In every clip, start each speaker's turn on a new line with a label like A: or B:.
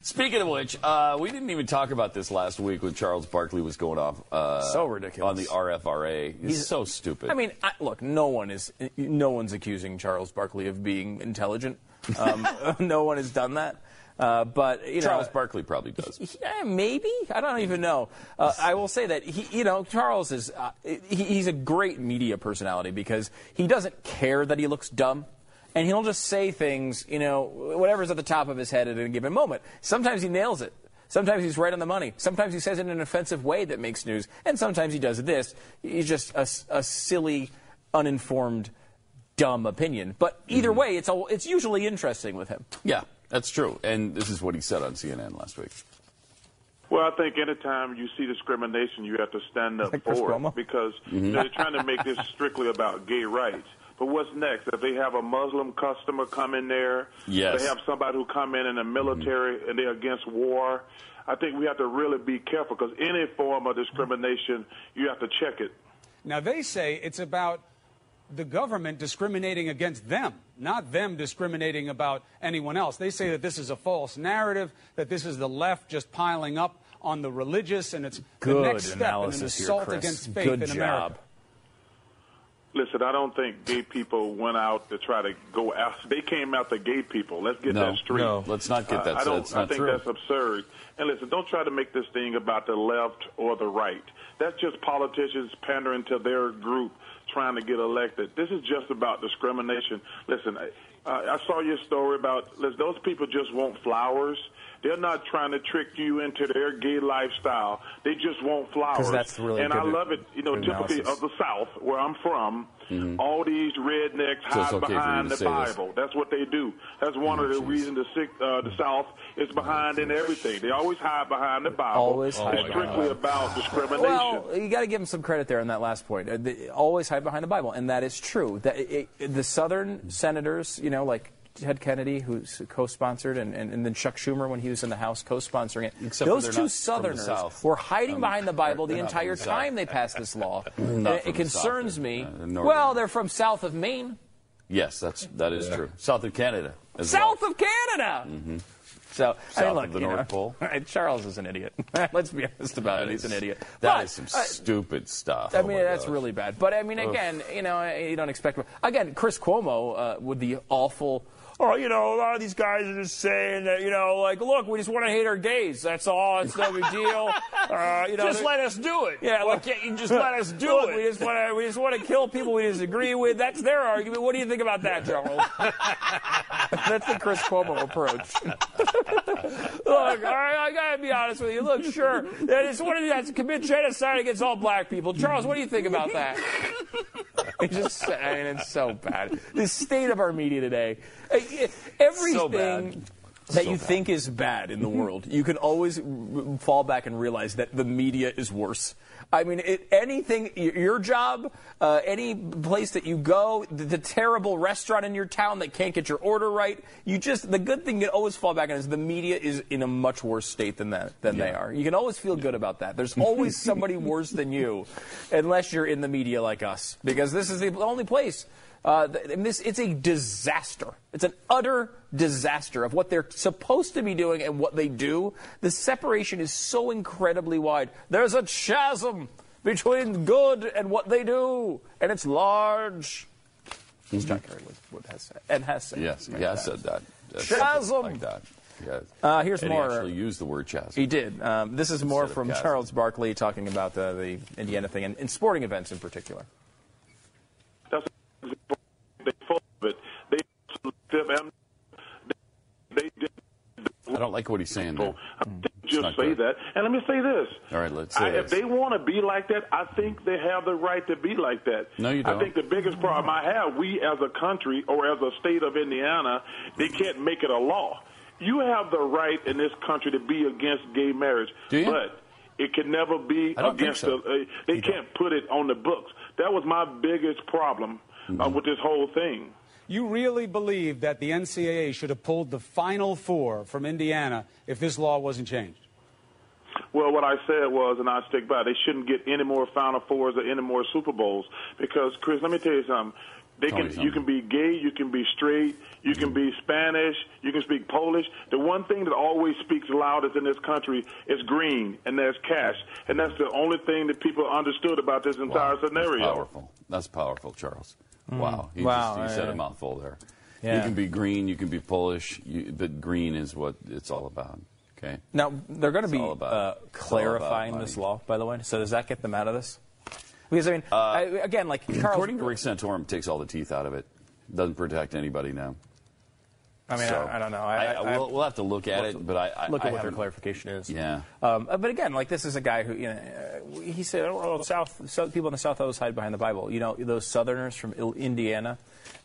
A: Speaking of which, uh, we didn't even talk about this last week when Charles Barkley was going off. Uh,
B: So ridiculous.
A: on the RFRA. He's, so stupid.
B: I mean, I, look, no one is no one's accusing Charles Barkley of being intelligent. Um, no one has done that. Uh, but you
A: Charles
B: know,
A: Barkley probably does.
B: Yeah, maybe. I don't even know. Uh, I will say that he, you know, Charles is uh, he, he's a great media personality because he doesn't care that he looks dumb. And he'll just say things, you know, whatever's at the top of his head at any given moment. Sometimes he nails it. Sometimes he's right on the money. Sometimes he says it in an offensive way that makes news. And sometimes he does this. He's just a, s- a silly, uninformed, dumb opinion. But either way, it's, all, it's usually interesting with him.
A: Yeah, that's true. And this is what he said on CNN last week.
C: Well, I think anytime you see discrimination, you have to stand up
B: Like Chris
C: for
B: Cuomo?
C: it because
A: Mm-hmm.
C: you know, they're trying to make this strictly about gay rights. But what's next? If they have a Muslim customer come in there,
A: Yes. Mm-hmm.
C: they have somebody who come in in the military and they're against war. I think we have to really be careful because any form of discrimination, you have to check it.
D: Now, they say it's about the government discriminating against them, not them discriminating about anyone else. They say that this is a false narrative, that this is the left just piling up on the religious, and it's the
B: Good
D: next step in an
B: analysis here,
D: assault
B: Chris.
D: against faith
B: Good
D: in
B: job.
D: America.
C: Listen, I don't think gay people went out to try to go after. They came after gay people. Let's get
A: No,
C: that straight.
A: no. Let's not get that.
C: Uh, I, I don't.
A: That's not
C: I think
A: true.
C: that's absurd. And listen, don't try to make this thing about the left or the right. That's just politicians pandering to their group trying to get elected. This is just about discrimination. Listen, I, I I saw your story about listen, those people just want flowers. They're not trying to trick you into their gay lifestyle. They just want flowers.
B: 'Cause that's really
C: and I
B: good-
C: love it. You know,
B: good
C: typically
B: analysis.
C: of the South, where I'm from, all these rednecks
A: Mm-hmm. So it's
C: hide
A: okay for you to
C: behind the
A: say this.
C: Bible. That's what they do. That's one of the reasons the, sick, uh, the South is behind in everything. They always hide behind the Bible.
B: Always hide
C: it's
B: behind
C: strictly
B: the
C: about discrimination.
B: Well, you got to give him some credit there on that last point. Uh, they always hide behind the Bible, and that is true. That it, it, the Southern senators, you know, like Ted Kennedy, who's co-sponsored, and, and, and then Chuck Schumer when he was in the House co-sponsoring it.
A: Except for
B: Those
A: they're not
B: two
A: from the
B: Southerners
A: South. Um,
B: were hiding behind the Bible the
A: they're not from the
B: entire
A: South.
B: time they passed this law. And
A: Not
B: it
A: from the Mm-hmm. South,
B: concerns
A: they're,
B: me.
A: uh, they're northern.
B: well, they're from south of Maine,
A: Yes, that's that is true. South of Canada. As
B: south
A: well.
B: of Canada. So I
A: South
B: mean,
A: of
B: look,
A: the
B: you
A: North
B: know,
A: Pole.
B: Charles is an idiot. Let's be honest about it. He's an idiot.
A: That
B: But,
A: is some
B: uh,
A: stupid stuff.
B: I
A: Oh
B: mean,
A: my
B: that's
A: gosh.
B: really bad. But I mean, again, you know, you don't expect. Again, Chris Cuomo uh, with the awful. Oh, you know, a lot of these guys are just saying that, you know, like, look, we just want to hate our gays. That's all. It's no big deal. Uh, you know,
E: Just let us do it.
B: Yeah,
E: Why
B: look-
E: can't you just let us do
B: Look,
E: it?
B: We just want to. We just want to kill people we disagree with. That's their argument. What do you think about that, Charles? That's the Chris Cuomo approach. look, all right, I gotta be honest with you. Look, sure, they just want to do that, commit genocide against all black people. Charles, what do you think about that? It's just, I mean, it's so bad. The state of our media today. Uh, Everything
A: bad.
B: that you think is bad in the world, you can always r- r- fall back and realize that the media is worse. I mean, it, anything, y- your job, uh, any place that you go, the, the terrible restaurant in your town that can't get your order right, you just, the good thing you can always fall back on is the media is in a much worse state than that, than they are. You can always feel good about that. There's always somebody worse than you, unless you're in the media like us, because this is the only place uh, th- and this, it's a disaster. It's an utter disaster of what they're supposed to be doing and what they do. The separation is so incredibly wide. There's a chasm between good and what they do, and it's large. As John Kerry would, would has said, and has said.
A: Yes,
B: Like
A: yeah, I
B: that.
A: said that. That's
B: Chasm.
A: Like that. Yes.
B: Uh, here's
A: and
B: more.
A: He actually used the word chasm.
B: He did. Um, this is more
A: Instead of
B: from
A: chasm.
B: Charles Barkley talking about the, the Indiana thing and, and sporting events in particular.
C: That's they full of it. They they, they
A: I don't like what he's saying. There. Mm, not
C: just say
A: good.
C: that. And let me say this.
A: All right, let's say
C: I,
A: this.
C: If they want to be like that, I think they have the right to be like that.
A: No, you don't.
C: I think the biggest problem I have, we as a country or as a state of Indiana, they
A: Mm.
C: can't make it a law. You have the right in this country to be against gay marriage,
A: Do you?
C: but it can never be
A: I don't think
C: against
A: so.
C: the. Uh, they can't put it on the books. That was my biggest problem uh,
A: Mm-hmm.
C: with this whole thing.
D: You really believe that the NCAA should have pulled the Final Four from Indiana if this law wasn't changed?
C: Well, what I said was, and I stick by, it, they shouldn't get any more Final Fours or any more Super Bowls because, Chris, let me tell you something. They
A: Tell me
C: can,
A: something.
C: you can be gay, you can be straight, you can be Spanish, you can speak Polish. The one thing that always speaks loudest in this country is green, and that's cash. And that's the only thing that people understood about this entire
A: That's
C: scenario.
A: powerful. That's powerful, Charles. Wow. He
B: Mm. Wow,
A: Just, he said
B: yeah.
A: a mouthful there. You
B: Yeah.
A: can be green, you can be Polish, you, but green is what it's all about. Okay.
B: Now they're going to be
A: all about-
B: uh,
A: it's all
B: clarifying
A: about
B: this
A: money.
B: law, by the way. So does that get them out of this? Because I mean, I, again, like Charles,
A: According to Rick Santorum, it takes all the teeth out of it. Doesn't protect anybody now.
B: I mean,
A: So-
B: I, I don't know. I, I,
A: we'll, we'll have to look at it, but I, I
B: look
A: I
B: at what their
A: haven't-
B: clarification is.
A: Yeah.
B: Um, uh, but again, like this is a guy who you know, uh, he said, "Oh, South, South people in the South always hide behind the Bible." You know, those Southerners from Il- Indiana,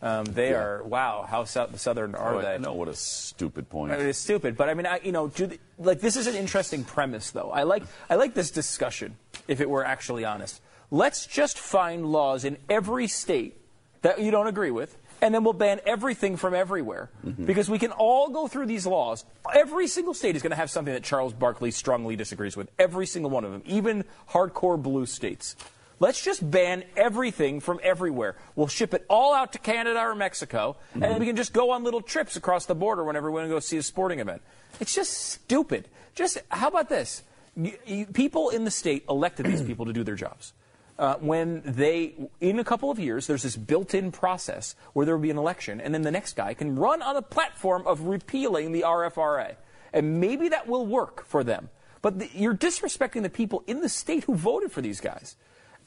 B: um, they are wow. How sou- Southern are
A: Oh,
B: they?
A: I know what a stupid point.
B: I mean, it's stupid, but I mean, I, you know, do the, like this is an interesting premise, though. I like I like this discussion. If it were actually honest, let's just find laws in every state that you don't agree with, and then we'll ban everything from everywhere because we can all go through these laws. Every single state is going to have something that Charles Barkley strongly disagrees with. Every single one of them, even hardcore blue states. Let's just ban everything from everywhere. We'll ship it all out to Canada or Mexico, and then we can just go on little trips across the border whenever we want to go see a sporting event. It's just stupid. Just how about this? You, you, people in the state elected these people to do their jobs. Uh, when they, in a couple of years, there's this built in process where there will be an election, and then the next guy can run on the platform of repealing the RFRA. And maybe that will work for them. But the, you're disrespecting the people in the state who voted for these guys.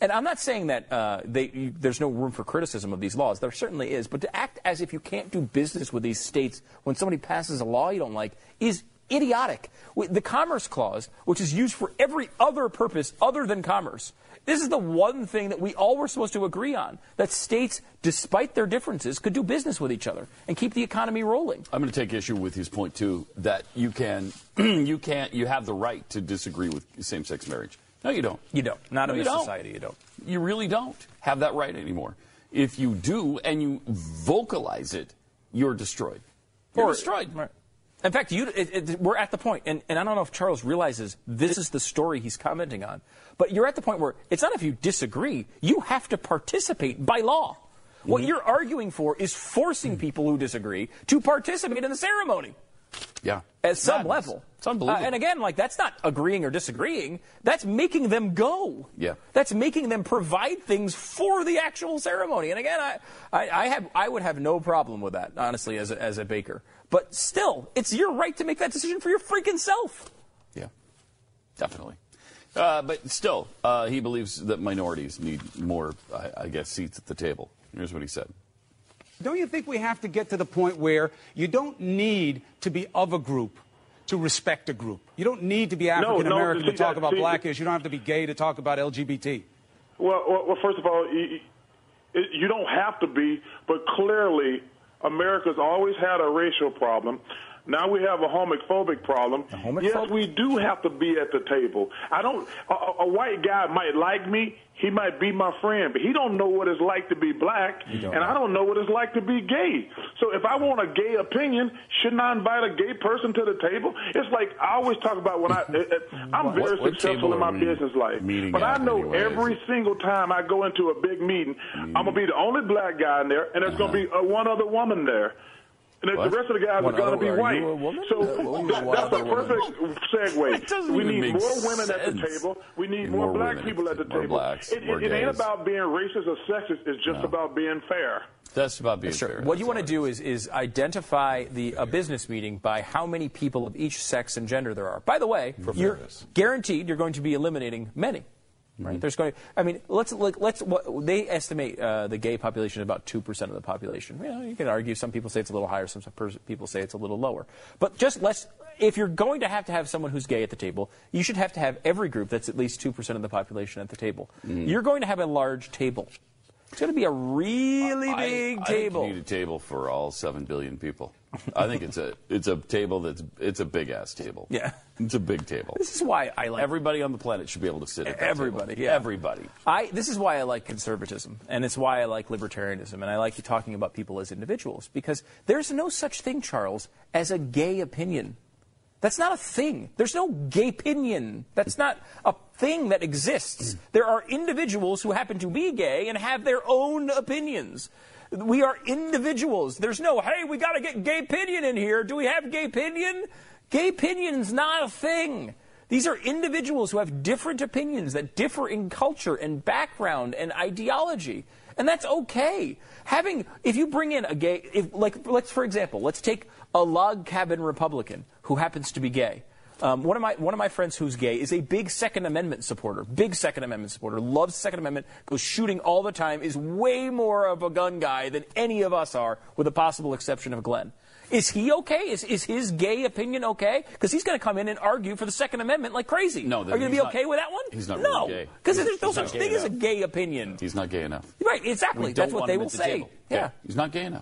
B: And I'm not saying that uh, they, you, there's no room for criticism of these laws. There certainly is. But to act as if you can't do business with these states when somebody passes a law you don't like is idiotic. Wi- The Commerce Clause, which is used for every other purpose other than commerce, this is the one thing that we all were supposed to agree on that states, despite their differences, could do business with each other and keep the economy rolling.
A: I'm going to take issue with his point too that you can, you can't, you have the right to disagree with same-sex marriage. No, you don't.
B: You don't. Not
A: No,
B: in
A: you
B: this
A: don't.
B: society, you don't.
A: You really don't have that right anymore. If you do and you vocalize it, you're destroyed. You're destroyed.
B: Right. In fact, you, it, it, we're at the point, and, and I don't know if Charles realizes this is the story he's commenting on, but you're at the point where it's not if you disagree, you have to participate by law. What you're arguing for is forcing people who disagree to participate in the ceremony
A: Yeah.
B: at some
A: Madness.
B: level.
A: It's unbelievable.
B: Uh, and again, like that's not agreeing or disagreeing. That's making them go.
A: Yeah.
B: That's making them provide things for the actual ceremony. And again, I, I, I have, I would have no problem with that, honestly, as a, as a baker. But still, it's your right to make that decision for your freaking self.
A: Yeah, definitely. Uh, but still, uh, he believes that minorities need more, I, I guess, seats at the table. Here's what he said.
D: Don't you think we have to get to the point where you don't need to be of a group to respect a group? You don't need to be African American
C: see
D: to talk
C: that-
D: about
C: see-
D: black issues. You don't have to be gay to talk about LGBT.
C: Well, well, well first of all, you, you- you don't have to be, but clearly, America's always had a racial problem. Now we have a homophobic problem. Yes, we do have to be at the table. I don't. A, a- a white guy might like me. He might be my friend, but he don't know what it's like to be black, and I don't know what it's like to be gay. So if I want a gay opinion, shouldn't I invite a gay person to the table? It's like I always talk about when I, I'm very
A: What- what
C: successful
A: table
C: in my
A: are we
C: business life,
A: meeting
C: but I
A: at
C: know
A: anyways?
C: every single time I go into a big meeting, I'm gonna be the only black guy in there, and there's gonna be uh, one other woman there. And the-
A: What?
C: the rest of the guys
F: One
C: are gonna
F: other-
C: be
F: are
C: white.
F: you a woman?
C: So
F: Uh, what do you mean
C: that-
F: one
C: that's the
F: other woman?
C: perfect
A: That
C: segue.
A: doesn't
C: We
A: even
C: need
A: make
C: more women at the
A: sense.
C: table. We need
A: Need
C: more,
A: more
C: black
A: women at
C: people
A: the
C: at the
A: table, more
C: table.
A: blacks,
C: it, it-
A: more
C: it ain't
A: gays.
C: about being racist or sexist. It's just
A: No.
C: about being fair.
A: That's about being fair.
B: What
A: That's
B: you want to
A: all
B: do
A: it
B: is, is identify the, a business meeting by how many people of each sex and gender there are. By the way, you're
G: fairness.
B: guaranteed you're going to be eliminating many.
A: Mm-hmm.
B: Right? There's going. I mean, let's look. Let's. What, they estimate uh, the gay population is about two percent of the population. You, know, you can argue some people say it's a little higher, some pers- people say it's a little lower. But just let's. If you're going to have to have someone who's gay at the table, you should have to have every group that's at least two percent of the population at the table.
A: Mm-hmm.
B: You're going to have a large table. It's going to be a really
A: I-
B: big
A: I think
B: table.
A: you need a table for all seven billion people. I think it's a it's a table that's it's a big ass table.
B: Yeah.
A: it's a big table.
B: This is why I like
A: Everybody on the planet should be able to sit at that
B: Everybody,
A: table.
B: yeah.
A: Everybody.
B: I this is why I like conservatism, and it's why I like libertarianism, and I like you talking about people as individuals because there's no such thing, Charles, as a gay opinion. That's not a thing. There's no gay opinion. That's not a thing that exists. There are individuals who happen to be gay and have their own opinions. We are individuals. There's no, hey, we got to get gay pinion in here. Do we have gay pinion? Gay pinion's not a thing. These are individuals who have different opinions that differ in culture and background and ideology. And that's okay. Having, if you bring in a gay, if, like, let's, for example, let's take a log cabin Republican who happens to be gay. Um, one of my one of my friends who's gay is a big Second Amendment supporter. Big Second Amendment supporter. Loves Second Amendment. Goes shooting all the time. Is way more of a gun guy than any of us are, with the possible exception of Glenn. Is he okay? Is is his gay opinion okay? Because he's going to come in and argue for the Second Amendment like crazy.
A: No,
B: are you going to be
A: he's not-
B: okay with that one?
A: he's not
B: no,
A: really gay.
B: because
A: He's-
B: there's no
A: he's not
B: such
A: gay
B: thing as a
A: enough.
B: gay opinion.
A: He's not gay enough.
B: Right, exactly.
A: We
B: That's
A: don't
B: what
A: want
B: they
A: him
B: will
A: at the
B: say.
A: table.
B: Yeah.
A: He's not gay enough.